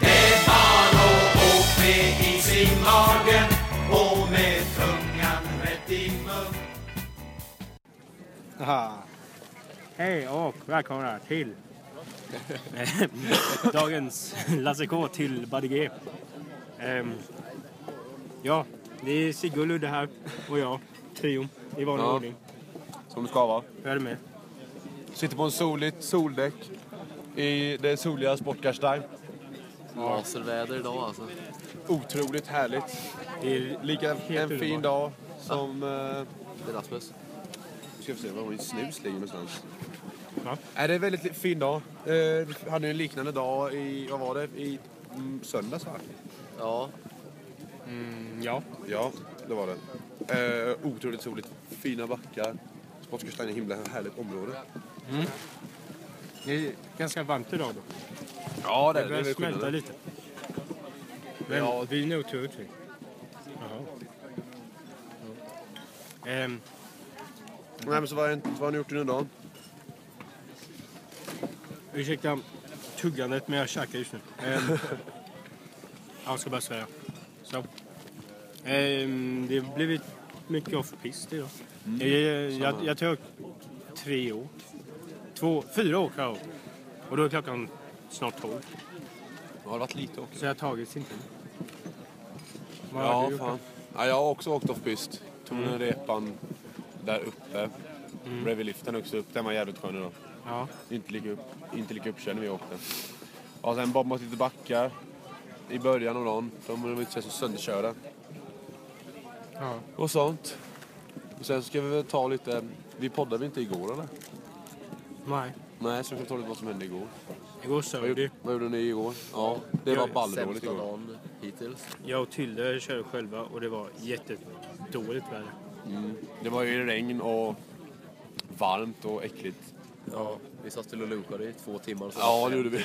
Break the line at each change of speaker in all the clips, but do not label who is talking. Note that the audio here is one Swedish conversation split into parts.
Det var och åkte i sin mage och med tungan rätt i mun.
Aha. Hej och välkomna till dagens Lasse K till Buddy G. Ehm, ja, det är Sigge och Ludde här och jag, trion i vanlig
Ja.
ordning.
Som det ska vara.
Hur är det med?
Sitter på en soligt soldäck i det soliga Sportgarstein.
Aserväder idag alltså.
Otroligt härligt.
Det är
Lika en
underbart.
fin dag som... Eh,
Det är Rasmus.
ska vi se, var min snus ligger någonstans?
Va?
Nej, det är en väldigt li- fin dag. Eh, hade ju en liknande dag i, vad var det, i mm, söndags va?
Ja,
Ja,
Ja, det var det. Eh, otroligt soligt, fina backar. Sportgarstein är ett himla härligt område.
det är ganska varmt idag då.
Ja,
Det börjar smälta lite. Men
Ja.
vi är nog tur till. Jaha. Ehm,
Nej, men så vad har hänt- vad har ni gjort under dagen?
Ursäkta tuggandet, men jag käkar just nu. Ehm, jag ska bara svära. Så. Ehm, det har blivit mycket off-pist idag.
Mm.
Jag, jag, jag tog tre åk. Två, fyra åk har jag åkt. Och då är klockan snart tolv.
Har det varit lite åker?
Så jag har tagit sin tid. Vad har
Ja,
du gjort
fan. Ja, jag har också åkt off-pist. Tog den repan där uppe. Bredvid liften också upp. Den var jävligt skön idag.
då? Ja.
Inte lika, upp, inte lika uppkörd när vi åkte. Ja, sen bombat lite backar i början av dagen. De var inte så sönderkörda.
ja.
Och sånt. Och sen ska vi väl ta lite... Vi poddade väl inte igår eller?
Nej.
Nej, så vi ska ta lite vad som hände igår.
Igår
Vad
sov
gjorde,
du.
vad gjorde ni igår? Ja, det var
Jag-
balldåligt
sämsta
igår.
dagen hittills.
Jag och Tilde körde själva och det var jättedåligt väder.
Det var ju regn och varmt och äckligt.
Ja, vi satt still och lunkade i två timmar. Så
Ja, det gjorde vi.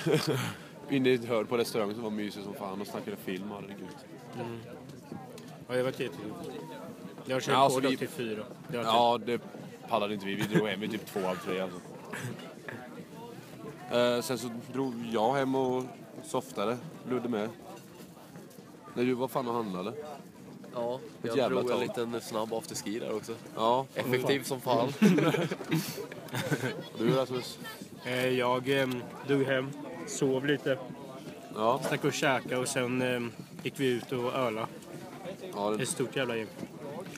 Inne i ett hörn på restaurangen som var mysig som fan och snackade film. Herregud.
Ja, det var jätteroligt. Jag körde
Ja, alltså,
på då
vi-
till fyra. Det var typ-
Ja, det pallade inte vi. Vi drog hem vid typ två, halv tre alltså. Eh, sen så drog jag hem och softade. Ludde med. När du var fan och handlade.
Ja, jag
jävla
drog
tag.
en liten snabb afterski där också.
Ja, Mm.
Effektiv som fan.
du Rasmus.
Eh, Jag ehm, drog hem, sov lite,
Ja,
stack och käkade och sen ehm, gick vi ut och öla.
ja, det,
Ett stort jävla gäng.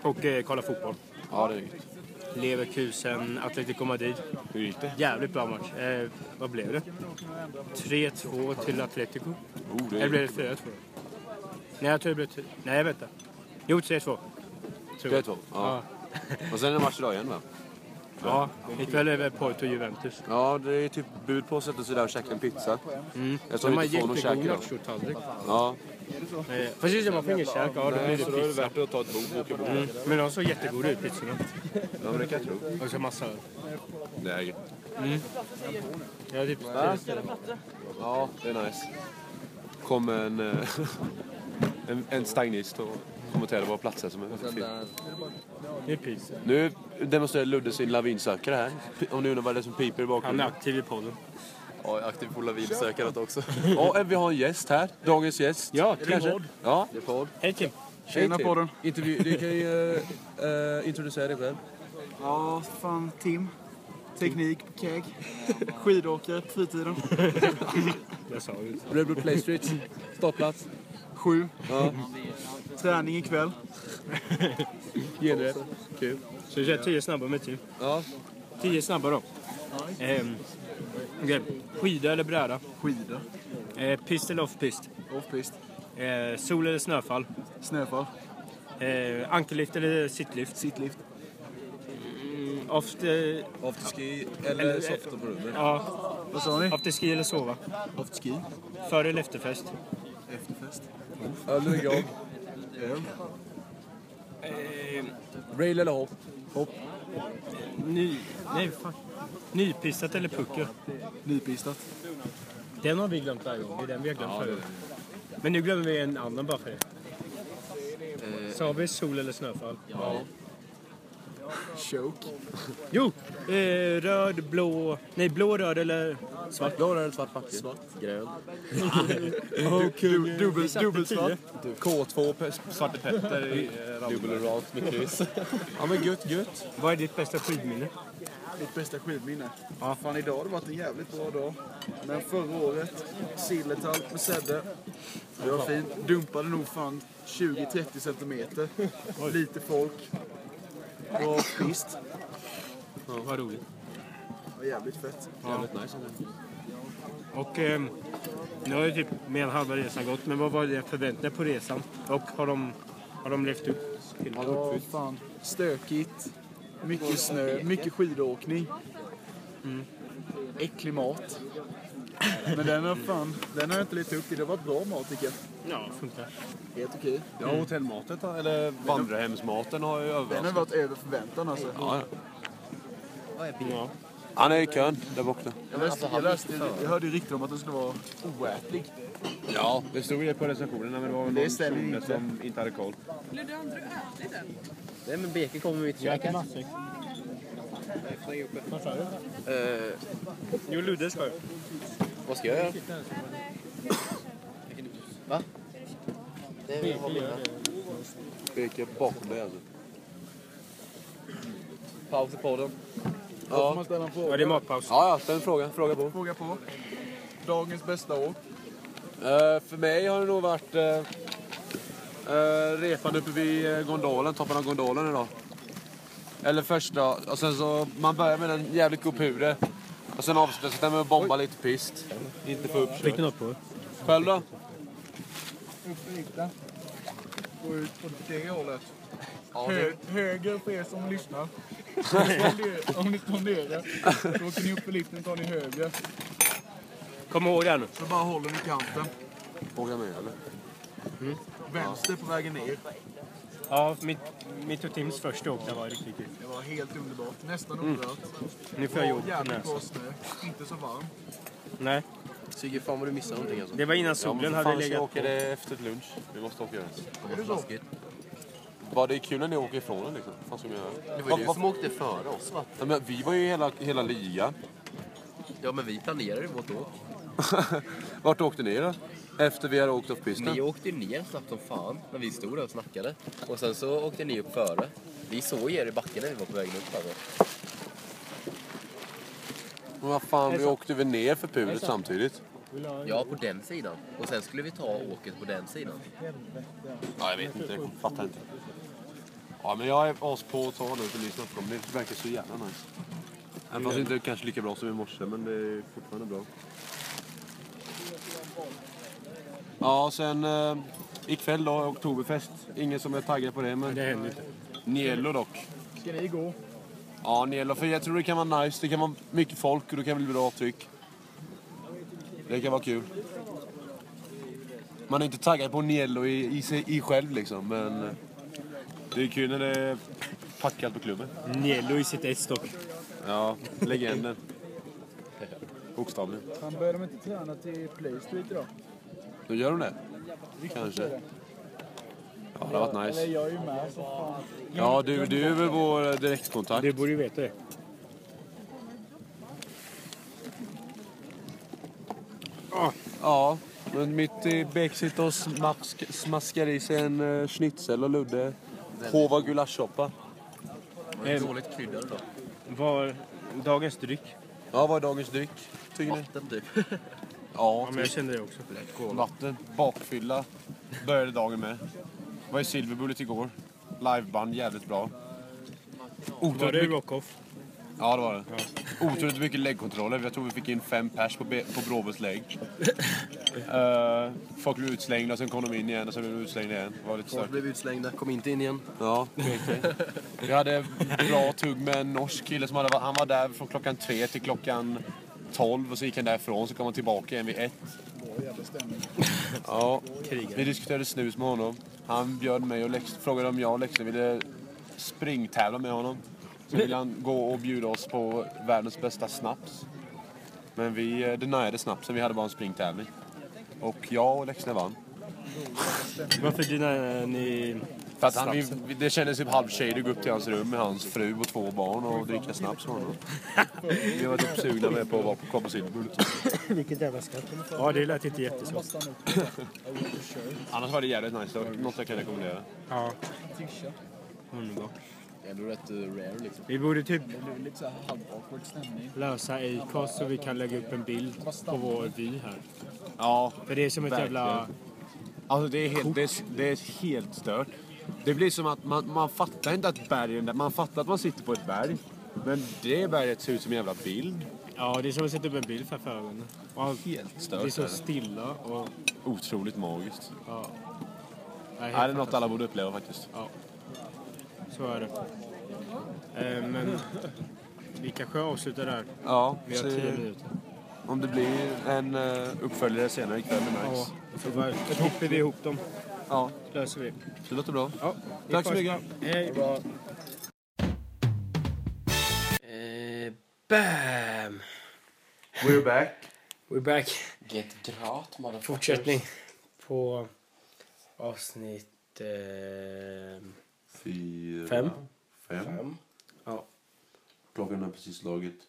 Och eh, kollade fotboll.
ja, det är gött.
Leverkusen, Atletico Madrid.
Hur gick det?
Jävligt bra match. Eh, vad blev det? 3-2 till Atletico.
Oh, det
Eller
är
blev det 4-2? Nej, jag tror det blev... tre- Nej, vänta. Jo, 3-2. Tror jag.
3-2, ja. Och sen är det match idag igen va?
Ja, ikväll är det Porto och Juventus.
Ja, det är typ bud på att sätta sig där och käka en pizza. Mm. Eftersom
De har
vi inte får någon käk
jättegod
idag.
nachotallrik.
Ja,
Eh, Fast just det, man får inget käk. Ja, då blir det pizza.
att ta ett bord och åka bord.
Mm. Men de såg jättegoda ut, pizzorna.
Ja, men det kan jag tro.
Och så massa öl.
Det är gött.
Ja, typ
Ja, det är nice. kom en, eh, en, en stagnist och kommenterade våra platser som är fint.
det är pizza.
Nu demonstrerar Ludde sin lavinsökare här. Om ni undrar vad det är som piper i
Han är
bakgrunden.
aktiv i podden.
Ja, jag är aktiv på lavinsökandet också.
Ja, eh, vi har en gäst här. Dagens gäst.
Ja, Tim
kanske.
Hård.
Ja,
Det är podd.
Hej Kim!
Tjena
Hej, Tim.
podden.
Intervju, du kan ju eh, eh, introducera dig själv.
Ja, fan Tim. Teknik på keg. Skidåkare på fritiden.
Jag sa ju inte.
Rebel Play Street, ståplats,
Sju. Träning ikväll.
genrep. Kul.
Så jag kör tio snabba med Tim.
Ja,
Tio snabba då. Ehm, okej. Skida eller bräda?
Skidor.
Eh, pist eller off-pist?
Offpist.
Eh, sol eller snöfall?
Snöfall.
Eh, ankellift eller sittlift?
Sittlift.
Off, eh,
afterski
Eller-
eller softa på rummet.
ja,
Vad sa ni?
afterski eller sova?
Afterski.
Före eller efterfest?
Efterfest.
Öl eller grogg. Ehm.
Öl.
Eh,
Rail eller hopp.
ny, nej, fan. Nypistat eller puckel?
Nypistat.
Den har vi glömt varje gång. Det är den vi har glömt förra gången. Men nu glömmer vi en annan bara för det. Sa vi sol eller snöfall?
Choke.
Jo! Eh, röd, blå... Nej, blå, röd eller...
Svart blå eller svart packe? Svart. Grön.
Du, dubbel, dubbelsvart.
K2, pe- Svarte Petter i Dubbelrakt med kryss. Ja men gött, gött.
Vad är ditt bästa skidminne?
Mitt bästa skidminne. Ja. Fan, idag har det varit en jävligt bra dag. Men förra året, Silletal med Sedde. Det var fint. Dumpade nog fan 20-30 centimeter. Lite folk. Bra pist.
Ja, vad roligt.
Ja, jävligt fett.
Jävligt nice.
Och ehm, nu har ju typ mer än halva resan gått, men vad var dina förväntningar på resan? Och har de, har de levt upp till det?
Ja, fan. Stökigt. Mycket snö, mycket skidåkning. Mm. Äcklig mat. Men den har fan, den har jag inte levt upp till. Det var bra mat tycker jag.
Ja, funkar.
Helt okej.
Ja, hotellmatet eller Mm. vandrarhemsmaten har ju
Den har
överraskat.
varit över förväntan alltså.
Ja, ja.
Ja.
Han är i kön där borta.
Jag, läste, jag, läste, jag hörde rykten om att den skulle vara oätlig.
Ja, det stod ju på recensionerna men det var väl
Det stämmer ju inte.
som inte hade koll.
Nej men Beke kommer mitt i
Jag äter
käket.
matsäck. Vad sa du? Eh, Jo, Ludde ska ju.
Vad ska jag göra? Va? Det är vad mina.
Beke bakom dig alltså.
Paus i podden.
Då får man ställa en fråga.
Ja, det är matpaus.
Ja, ja, ställ en fråga. Fråga på.
Fråga på. Dagens bästa år.
Eh, för mig har det nog varit uh, resan uppe vid eh, gondolen, toppen av gondolen idag. Eller första, och sen så, man börjar med en jävligt god pure. Och sen avslutas det med att bomba lite pist. Inte få upp
Fick du något på?
Själv då?
Uppvita. Gå ut på det hållet. Hö- höger för er som lyssnar. om ni spenderar, då åker ni upp i liften tar ni höger.
Kom ihåg det här nu.
Så bara håller ni kanten.
Åka med eller?
Vänster på vägen ner.
Ja, mitt, mitt och Tims första åk, det var riktigt kul.
Det var helt underbart. Nästan oerhört.
Nu får jag jord
Och
på
Jävligt bra
näsan.
snö. Inte så varm.
Nej,
Sigge, fan vad du missar någonting alltså.
det var innan solen hade legat
åker
på.
det efter lunch. Vi måste åka den.
Det var flaskigt.
Vad det är kul när ni åker ifrån den liksom. Fan, ska vi göra?
Det var
Vad-
ju du
vad-
som åkte före oss va?
Ja, men vi var ju hela, hela ligan.
Ja men vi planerade ju vårt åk.
Vart åkte ni då? Efter vi hade åkt
Ni
off-pisten?
åkte ju ner snabbt som fan när vi stod där och snackade. Och sen så åkte ni upp före. Vi såg er i backen när ni var på vägen upp alltså.
Men vad fan, vi åkte väl ner för pulet samtidigt?
Ja, på den sidan. Och sen skulle vi ta åket på den sidan.
Ja, jag vet inte. Jag fattar inte. Ja, men jag är as på att ta nu för ni snackar om det. Det verkar så jävla nice. Även fast det inte är kanske lika bra som i morse, men det är fortfarande bra. Ja, sen eh, ikväll då, Oktoberfest. Ingen som är taggad på det, men
Det händer inte.
Nielo dock.
Ska ni gå?
Ja, Nielo. För jag tror det kan vara nice. Det kan vara mycket folk och det kan bli bra tryck. Det kan vara kul. Man är inte taggad på Nielo i, i, sig- i själv liksom, men... eh, Det är kul när det är packat på klubben.
Nello i sitt S dock.
Ja, legenden. Bokstavligen.
Han började inte träna till Playstreet idag.
Då gör de det? Kanske. Ja, det har varit nice.
jag är ju med så fan.
Ja, du, du är väl vår eh, direktkontakt.
Du borde ju veta det.
Ja, Men mitt i Beck sitter och smask, smaskar i sig en eh, schnitzel och Ludde hovar gulaschsoppa.
Eh,
Dåligt kryddade då.
var dagens dryck.
Ja, vad är dagens dryck? Tycker ni?
Vatten typ.
Ja,
Ja, men jag kände det också.
Vatten, bakfylla började dagen med. Var i Silverbullet igår. Liveband, jävligt bra.
Var det
Otroligt mycket,
rock-off?
ja, det var det. Otroligt mycket läggkontroller. Jag tror vi fick in fem pers på, be- på Bråbos lägg. Eh, folk blev utslängda, sen kom de in igen och sen blev de utslängda igen. Det var lite
Folk
stökigt.
blev utslängda, kom inte in igen.
Ja, PK. Vi hade bra tugg med en norsk kille som hade, han var där från klockan tre till klockan tolv och så gick han därifrån så kom han tillbaka igen vid ett. Ja, vi diskuterade snus med honom. Han bjöd mig och Lex, frågade om jag och Lex ville springtävla med honom. Så ville han gå och bjuda oss på världens bästa snaps. Men vi eh, deniade snapsen, vi hade bara en springtävling. Och jag och Lexne vann.
Varför dina ni...
För att han, vi, det kändes typ halv shady att gå upp till hans rum med hans fru och två barn och dricka snaps med honom. Vi var typ sugna med på att vara på komma
Vilket jävla skratt.
Ja, det lät inte jättesvårt.
Annars var det jävligt nice. Det var något jag kan rekommendera.
Ja. Underbart.
Det blir rätt eh, rare liksom.
Vi borde typ
Det är lite så här halv-awkward stämning.
lösa Acast så vi kan lägga upp en bild på vår vy här.
Ja,
För det är som ett jävla...
Alltså det är helt, det är, det är helt stört. Det blir som att man, man fattar inte att bergen där, man fattar att man sitter på ett berg. Men det berget ser ut som en jävla bild.
Ja, det är som att sätta upp en bild framför ögonen. Och allt-
Helt
Det är
stört. är
så
det.
stilla och...
Otroligt magiskt.
Ja.
Det är något alla borde uppleva faktiskt.
Så är det. Eh, men vi kanske avslutar där.
Ja,
Vi har tio minuter.
om det blir en eh, uppföljare senare ikväll med
Ja,
Max.
så bara klipper vi ihop dem.
Ja,
Löser vi.
det låter bra.
Ja, vi
Tack så
hörs.
mycket.
Hej.
Eh, bam!
We're back.
We're back.
Get grat motherfucker.
Fortsättning på avsnitt eh,
Fyra.
fem.
Fem.
Fem. Ja.
Klockan har precis slagit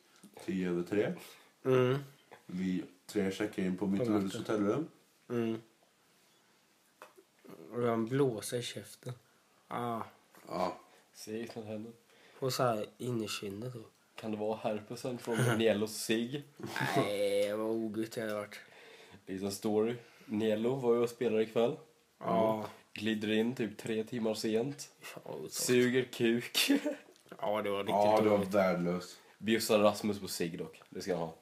tio över tre.
Mm.
Vi tre checkar in på Mitterhults
natten.
hotellrum.
Mm. Och han blåser i käften. Ah.
Ja.
Precis, något händer.
Och så här in i kinden typ.
Kan det vara herpesen från Niello Sig?
Nej, vad ogutt jag har varit.
Liksom story. Niello var ju och spelade ikväll.
Ja.
Mm. Glider in typ tre timmar sent.
Fan, vad otäckt.
Suger kuk.
Ja, det var riktigt
Ja, det var
dåligt.
värdelöst.
Bjussar Rasmus på sig dock. Det ska han ha.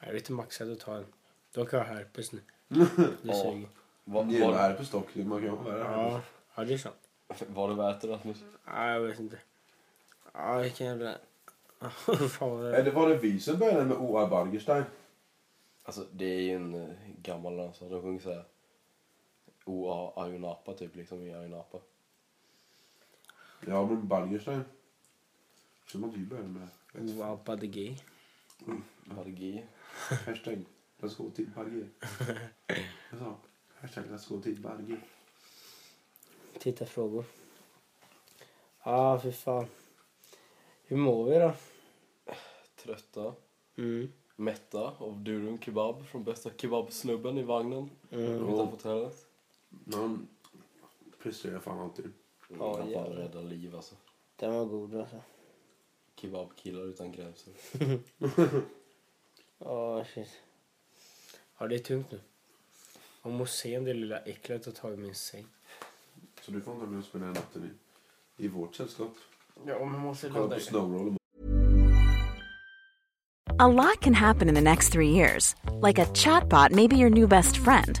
Jag är lite maxad att ta en. Då kan jag ha herpes nu. Det
Ja.
suger.
Var,
Det är
var,
herpes dock. Man kan ju ha värre.
Ja. ja, det är sant.
var det värt det Rasmus?
Ja, jag vet inte. Ja, vilken jävla... Fan vad det
Eller var det vi som började med O.A. Bargerstein?
Alltså det är ju en eh, gammal ramsa. De sjunger såhär. O.A. Ayunapa typ liksom i Ayunapa.
Ja, men Bargerstein. Så man ju började med det.
Oh, Oabbade gay.
Allergi.
Hashtag Let's go till Barger. Jag sa hashtag Let's go till Barger.
Titta frågor. Ja, ah, fy fan. Hur mår vi då?
Trötta.
Mm.
Mätta av Durum Kebab från bästa kebabsnubben i vagnen.
Mm.
Utanför hotellet.
Han presterar fan alltid.
Ja, han fan
jävlar.
räddar liv alltså.
Den var god alltså.
Kebabkillar utan gränser.
Ja, shit. Ja, det är tungt nu. Man måste se om det lilla äcklet har tagit min säng.
Så du får inte med och spendera natten i, i vårt sällskap.
Ja, man måste
Kolla på Snowroll.
A lot can happen in the next three years. Like a chatbot may be your new best friend.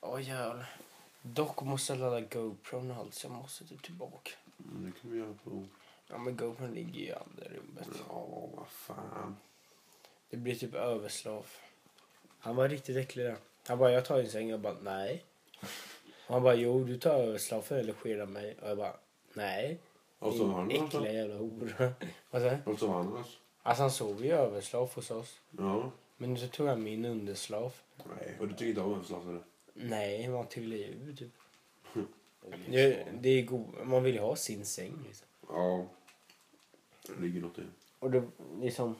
Åh jävlar. Dock måste jag ladda GoPron och allt så jag måste typ tillbaka.
Mm,
Det kan vi göra på...
Ja men GoPron ligger ju i andra rummet.
Ja vad fan.
Det blir typ överslav. Han var riktigt äcklig där. Han bara jag tar din säng. Jag bara nej. Och han bara jo du tar överslaven eller skedar mig. Och jag bara nej.
Och så
Din
var han alltså.
Äckliga jävla hora. Vad säger
Och så var han alltså.
Alltså han sov ju överslav hos oss.
Ja.
Men så tog han min underslav.
Nej. Och du tycker inte om överslagsare?
Nej, man trillar ju ur typ.
Hm.
Det, det är god, man vill ju ha sin säng liksom.
Ja. Det ligger något i det.
Och det liksom...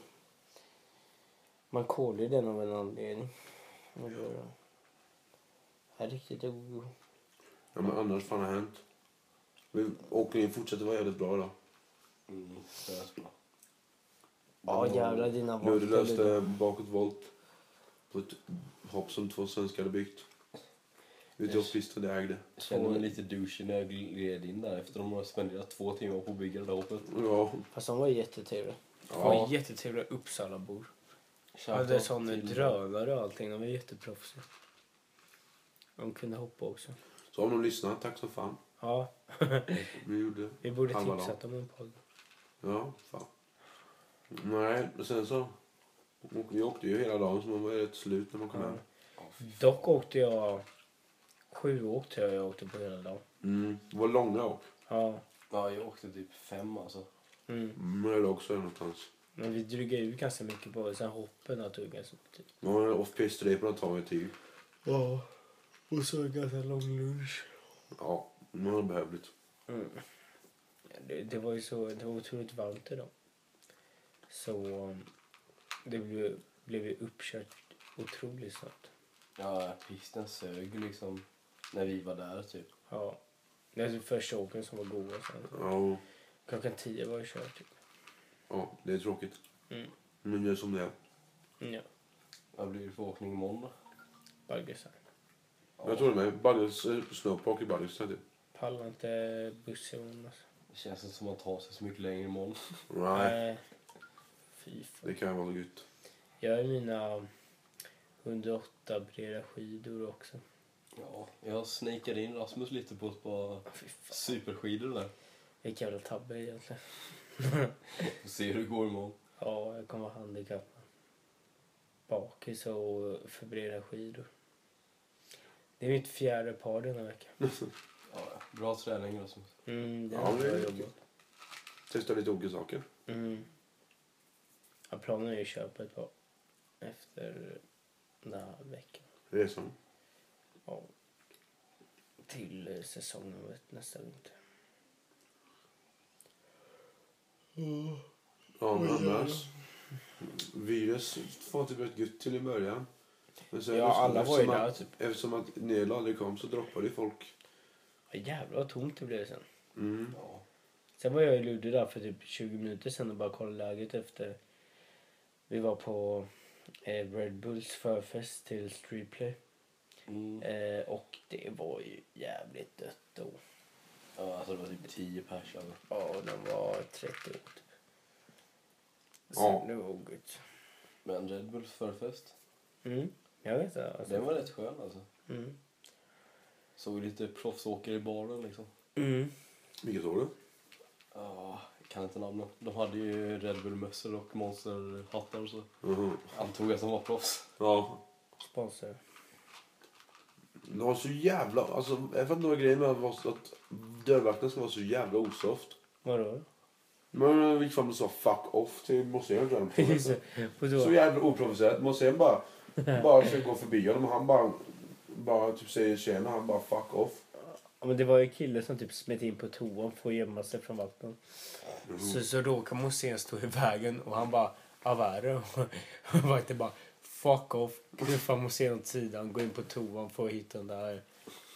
Man kollar ju den av en anledning. Och då, är riktigt oro.
Ja men annars fan har hänt. Men åkningen fortsätter vara jävligt bra idag. Mm, det är bra.
Ja, jävlar, dina
Nu
volt
du
eller-
löste bakåtvolt på ett hopp som två svenskar hade byggt. Ute i hoppisten det ägde.
Känner mig lite douchey när jag gled in där efter de har spenderat två timmar på att bygga det där hoppet.
Ja.
Fast de var ju jättetrevliga.
Ja.
De var jättetrevliga Uppsalabor. De hade
Shoutout
sån
till-
drönare och allting. De var jätteproffsiga. De kunde hoppa också.
Så om de lyssnar, tack så fan.
Ja.
Vi gjorde
Vi borde
halva
tipsat
dagen.
dem om en podd.
Ja, fan. Nej, men sen så. Vi åkte ju hela dagen så man var ju rätt slut när man kom hem.
Dock åkte jag... Sju åk tror jag jag åkte på hela dagen.
Mm. Det var långa åk.
Ja.
Ja, jag åkte typ fem alltså.
Mm.
Men jag låg också någonstans.
Men vi drygade ut ganska mycket på det. Sen hoppen har tog ganska mycket tid.
Man var off-piste-reporna tar ju tid.
Ja. Och så en ganska lång lunch.
Ja, man har behövligt.
Mm. Det, det var ju så, det var otroligt varmt idag. Så um, det blev, blev ju uppkört otroligt snabbt.
Ja, pisten sög liksom när vi var där typ.
Ja. Det var typ första åken som var goda sen.
Ja,
Klockan tio var det kört typ.
ja, det är tråkigt.
Mm.
Men det är som det är.
Ja.
Vad blir det för åkning imorgon då?
Baggisar.
Jag tror det med. Bagges, eh, snowpark i Baggestad. typ.
Pallar inte bussen Jonas.
Det känns inte som att man tar sig så mycket längre imorgon.
Nej,
Nej. Fy fan.
det kan vara gött.
Jag har mina 108 breda skidor också.
Ja, jag sneakade in Rasmus lite på ett par superskidor där.
Vilken jävla tabbe egentligen.
Får se hur det går imorgon.
Ja, jag kommer vara handikappad. Bakis och för breda skidor. Det är mitt fjärde par den här veckan.
Ja, ja. bra träning Rasmus.
Mm, det
Ja,
är
det
bra
är
jobbat.
gött. Testa lite olika saker.
Mm. Ja, planen är ju att köpa ett par efter den här veckan.
Resan.
Ja. Till eh, säsongen vet, nästa vinter.
Ja, men annars. Virus var typ rätt gött till i början. Men sen
Ja,
eftersom-
alla var ju
eftersom
där, typ.
att, Eftersom att Nelo aldrig kom så droppade ju folk.
Ja, jävlar vad tomt det blev sen.
Mm.
Sen var jag i Ludde där för typ 20 minuter sen och bara kollade läget efter. Vi var på eh, Red Bulls förfest till Streetplay.
Mm.
Eh, och det var ju jävligt dött då.
Ja, alltså det var typ 10 pers över.
Ja, och de var 30 år typ. Så
Ja.
det var ogött.
Men Red Bulls förfest,
Mm, jag vet det. Alltså.
den var rätt skön alltså.
Mm.
Såg lite proffsåkare i baren liksom.
Mm.
Vilket år du?
Ja, jag kan inte namnen. De hade ju Red Bull-mössor och monsterhattar och så.
Mhm.
Antog jag som var proffs.
Ja.
Sponsor.
De har så jävla... Alltså, jag fattar inte vad grejen är med att vara så- att dörrvakten ska vara så jävla osoft.
Vadå?
Men jag gick fram och sa fuck off till Mossén kvällen på
Just
dörren.
det. Och då-
Så jävla oprovocerat. Mossén bara, bara ska gå förbi honom och han bara, bara typ säger tjena. Han bara fuck off.
Ja, men det var ju en kille som typ smet in på toan för att gömma sig från vakten.
Mhm.
Så, så då kan Mossén stå i vägen och han bara avärde. Och vakten bara fuck off. Knuffar Mossén åt sidan, går in på toan för att hitta den där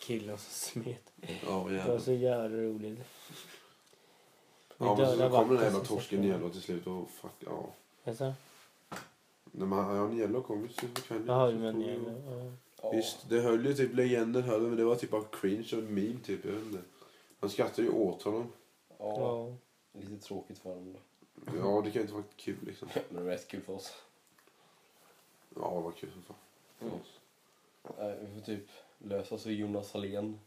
killen som smet.
Ja,
det var
jävlar.
så jävla roligt.
Ja, men så
dödar
kommer den
vakten
där jävla
som
torsken
sitter där.
Nielo till slut och fuck, ja.
Jaså?
Nej, men han- ja, Nielo kom ju till slut på kvällen.
Jaha,
Så
du menar
tog-
Nielo, ja.
Visst, det höll ju typ, legenden höll men det var typ av cringe och meme typ, jag vet inte. Man skrattar ju åt honom.
Ja.
Lite tråkigt för honom då.
Ja, det kan ju inte vara kul liksom.
Men det var rätt kul för oss.
Ja, vad kul som fan. För oss.
Eh, Vi får typ lösa så Jonas Hallén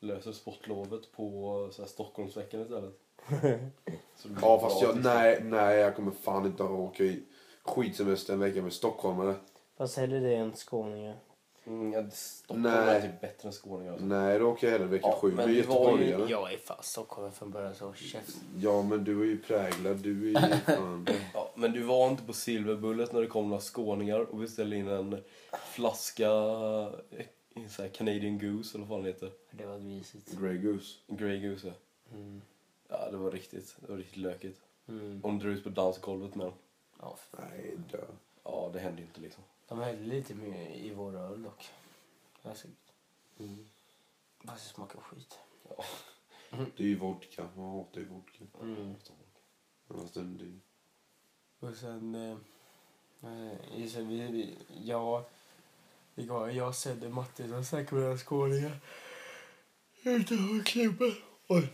löser sportlovet på så här, Stockholmsveckan istället. Så det blir
Ja
bra
fast jag,
tills-
nej, nej jag kommer fan inte att åka i skidsemester en vecka med stockholmare.
Fast hellre det än skåningar.
Mm, ja, Stockholm är typ bättre än Skåne. Alltså.
Nej, då åker jag hellre vecka sju med göteborgare.
Jag är fan stockholmare från början så käften.
Ja men du är ju präglad, du är ju fan...
Ja, men du var inte på Silverbullet när det kom några skåningar och beställde in en flaska eh, en så här Canadian Goose eller vad fan det heter.
Det var grisigt.
Grey Goose.
Grey Goose, ja.
Mm.
Ja, det var riktigt, det var riktigt lökigt.
Mm.
Om du drar ut på dansgolvet med den.
Ja,
Nej, dö.
Ja, det hände ju inte liksom.
De hällde lite mer i vår öl dock. Alltså,
Mm.
fast det smakar skit.
Ja.
Det är ju vodka, man hatar ju vodka. Alltså,
Mm.
Fast den är dyr.
Och sen... Eh, eh, just det, vi, vi, jag, igår, jag, Sedde, Mattis och säkert mina skåningar utanför klubben. Oj.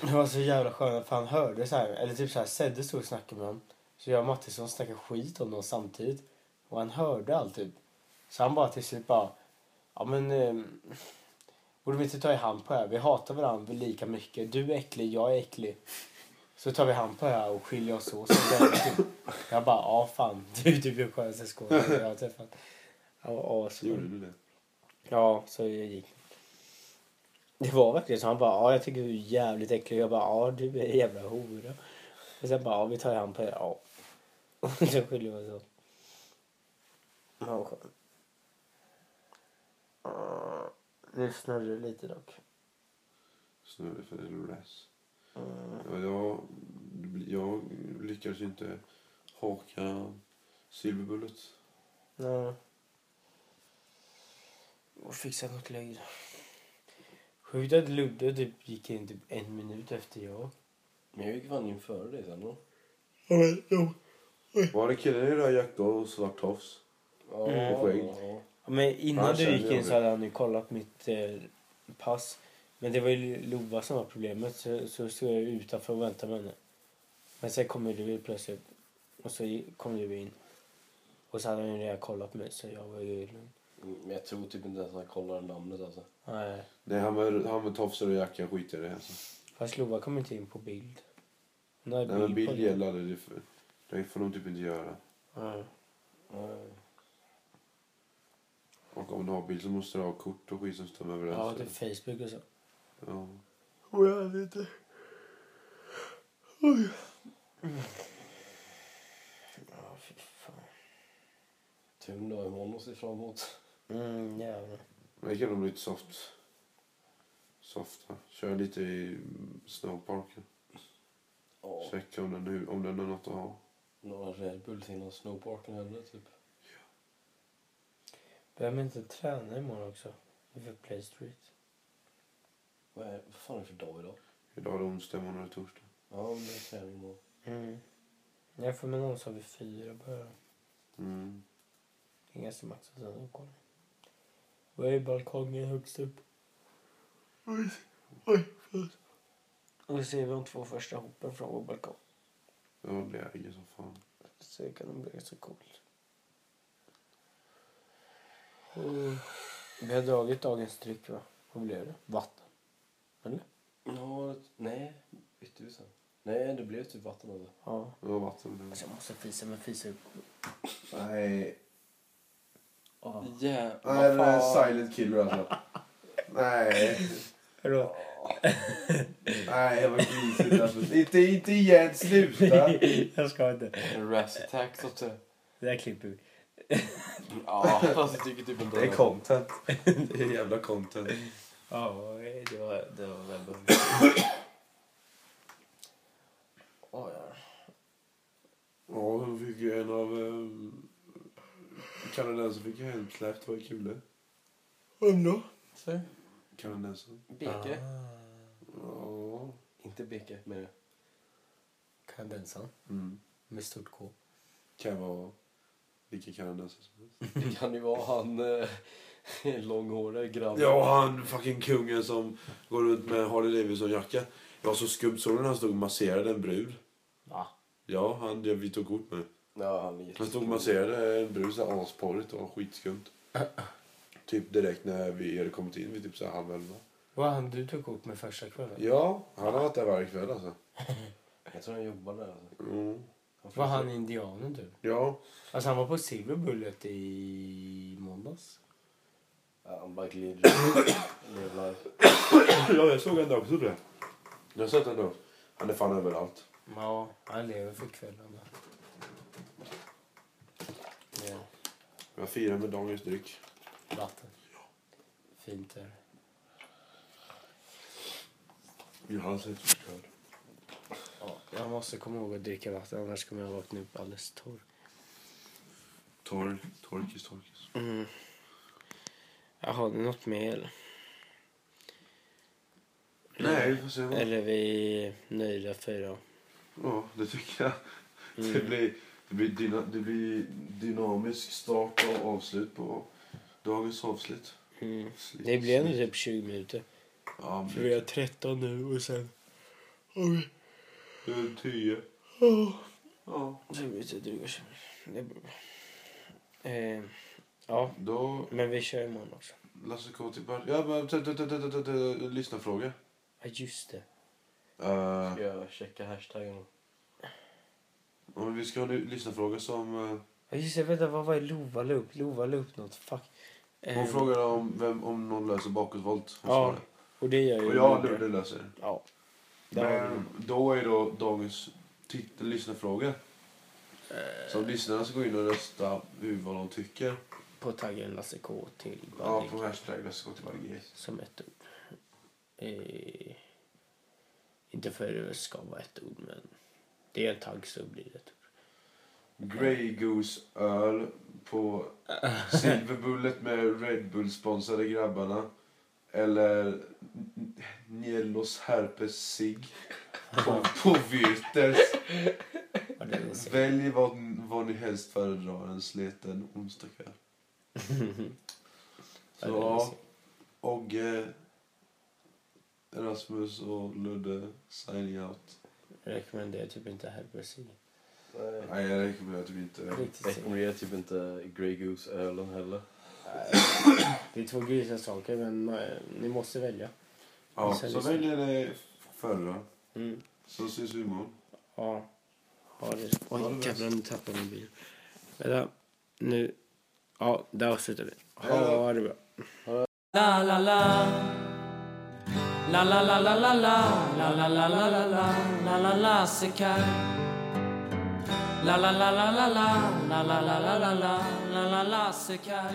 Det var så jävla skönt för han hörde så här, eller typ så här, Sedde stod och snackade med honom. Så jag och Mattisson snackade skit om dem samtidigt. Och han hörde allt typ. Så han bara till slut bara, ja men... Eh, borde vi inte ta i hand på det här? Vi hatar varandra lika mycket. Du är äcklig, jag är äcklig. Så tar vi hand på det här och skiljer oss åt. Så där- jag bara, ja fan, du är typ den skönaste skådespelaren jag har träffat. Han var asskön.
Gjorde du det?
Ja, så jag gick. Det var verkligen så. Han bara, ja jag tycker du är jävligt äcklig. Jag bara, ja du är en jävla hora. Och sen bara, ja vi tar i hand på det. Ja. Och så skiljer vi oss åt. Han var skön. Ah, Det snurrar lite dock.
Snurrig för det räs. Ja, jag, jag lyckades ju inte haka silverbullet.
Nej. Och fixa något lögn. Sjukt att Ludde typ gick in typ en minut efter jag.
Men jag gick fan in före dig sen då.
Var det killen i röd jacka och svart tofs?
Mm.
Och skägg?
Ja, men innan
Han
du
kände
gick
jag
in
det.
så hade han ju kollat mitt eh, pass. Men det var ju Lova som var problemet så, så stod jag utanför och väntade med henne. Men sen kom ju du plötsligt och så gi- kom du in. Och så hade han ju redan kollat mig så jag var ju lugn.
Mm, Men jag tror typ inte ens att han kollar namnet alltså.
Nej.
Nej, han med, han med tofsen och jackan skiter i det. Alltså.
Fast Lova kom inte in på bild. Hon hade
Nej, men
bild på
bild
det.
gäller aldrig. Det, får- det får de typ inte göra.
Nej.
Och om du har bild så måste du ha kort och skit som stämmer överens.
Ja, typ Facebook och så.
Ja.
Och jag hade inte... Ja, fy fan.
Tur du har imorgon att se fram emot.
Mm, jävlar.
Men det kan nog bli lite soft. Softa. Kör lite i snowparken.
Ja.
Checka om den, nu- om den är något att ha.
Några Red Bulls innan snowparken hände typ.
Behöver inte träna imorgon också? Inför Play Street.
Vad, är, vad fan är det för dag idag?
Idag är det onsdag, måndag och torsdag.
Ja, men det är träning imorgon.
Mm. Jag får med någon sa vi fyra börjar.
Mm.
Inga som Max och sen går Vad är balkongen högst upp? Oj, oj, förlåt. Och så ser vi de två första hoppen från vår balkong.
Ja, det äger som fan.
Så det kan nog bli ganska coolt. Vi har dragit dagens dryck va? Vad blev det? Vatten. Eller?
Ja, nej. Bytte vi sen? Nej, det blev typ vatten av det.
Ja.
Det var vatten.
Alltså jag måste fisa men fisa upp.
Nej.
Jävlar.
Nej, det är silent killer alltså. Nej.
Förlåt.
Nej, det var grisigt alltså. Inte, inte igen, sluta.
jag ska inte.
En Razz attack så att säga.
Det där klipper vi.
Ja, fast jag tycker typ inte
Det är content. Det är jävla content.
Ja, det var, det var väldigt
Åh, ja.
Ja, de fick ju en av um, kanadensaren fick ju handsläppt. Det var ju kul
Vem då? Säg.
det. Kanadensaren.
Beke.
Ah.
Ja.
Inte Beke, menar jag.
Kandensan
Mm.
med stort K.
Kan vara vilka kanadensare som helst.
Det kan ju vara han eh, långhåriga grabben.
Ja, han fucking kungen som går runt med en Harley Davidson-jacka. Jag var så skumt. Såg du när han stod och masserade en brud?
Va?
Ja, han, ja, vi tog kort med.
Ja, han är
Han stod och
jättekul.
masserade en brud så här asporrigt. Det var skitskumt. typ direkt när vi hade kommit in vid typ så här halv elva.
Vad han du tog upp med första kvällen?
Ja, han har varit där varje kväll alltså.
Jag tror han jobbar där. Alltså.
Mm.
Var han indianen du?
Ja.
Alltså han var på Silver Bullet i måndags.
Ja, han bara glider. Live life.
ja, jag såg en dag också det. Jag har sett en dag. Han är fan överallt.
Ja, han lever för kvällen. Med
Jag firar med dagens dryck.
vatten. Fint där.
Jag har sett förstörd.
Ja, jag måste komma ihåg att dricka vatten annars kommer jag vakna upp alldeles torr.
Torr, torkis, torkis.
Mm. Jaha, det är något mer eller?
Nej, vi får se vad-
Eller är vi nöjda för idag?
Ja, det tycker jag. Det blir, det blir, dyna, det blir dynamisk start och avslut på dagens avslut.
Mm. Det blir ändå typ 20 minuter.
Ja, men-
För vi har 13 nu och sen...
Det är tio. Ja.
Det blir lite dryga 20. Det blir bra. Eh, ja,
Då,
men vi kör imorgon också.
Lasse K till Bert. Ja, men t- t- t- t- t- t- lyssnarfråga.
Ja, just det.
Eh,
Ska jag checka hashtaggen?
om vi ska ha en lyssnarfråga som... eh,
Ja, just det. Vänta, vad var det Lova la upp? Lova la upp något. Fuck.
Hon
Eh,
frågade om, vem, om någon löser bakåtvolt. Hon
Ja,
svarade.
och det gör ju
Och jag
Lova.
det löser det.
Ja. Där har vi
Men då är då dagens titel lyssnarfråga. Som lyssnarna ska gå in och rösta hur vad de tycker.
På taggen Lasse K till
Ja,
Banning.
på hashtag Lasse K till varje grej.
Som ett ord. Eh, inte för det ska vara ett ord, men det är en tagg så blir det ett ord.
Grey Goose öl på Silverbullet med Red Bull sponsrade grabbarna. Eller Nielos eh, herpes sig på, på Virters. Välj vad, vad ni helst föredrar en sleten onsdag kväll. Så, ja, Ogge, Rasmus och Ludde signing out.
Jag rekommenderar typ inte Herbergsig.
Nej, jag rekommenderar typ inte.
Riktigt
Jag
synd.
rekommenderar typ inte Grey Goose-ölen heller.
Det är två grisiga saker, men eh, ni måste välja.
Ja,
Sen
så
lyssnar.
väljer ni förra.
Mm.
Så ses vi imorgon.
Ja. Ha det.
Ha det
Oj,
bäst.
jävlar, nu tappade jag mobilen. Vänta, nu. Ja, där slutar vi.
Hej då.
Ha det bra.
La la la La la la la la la La la la la la la La la Lasse Kaj La la la la la la La la la la la la La la Lasse Kaj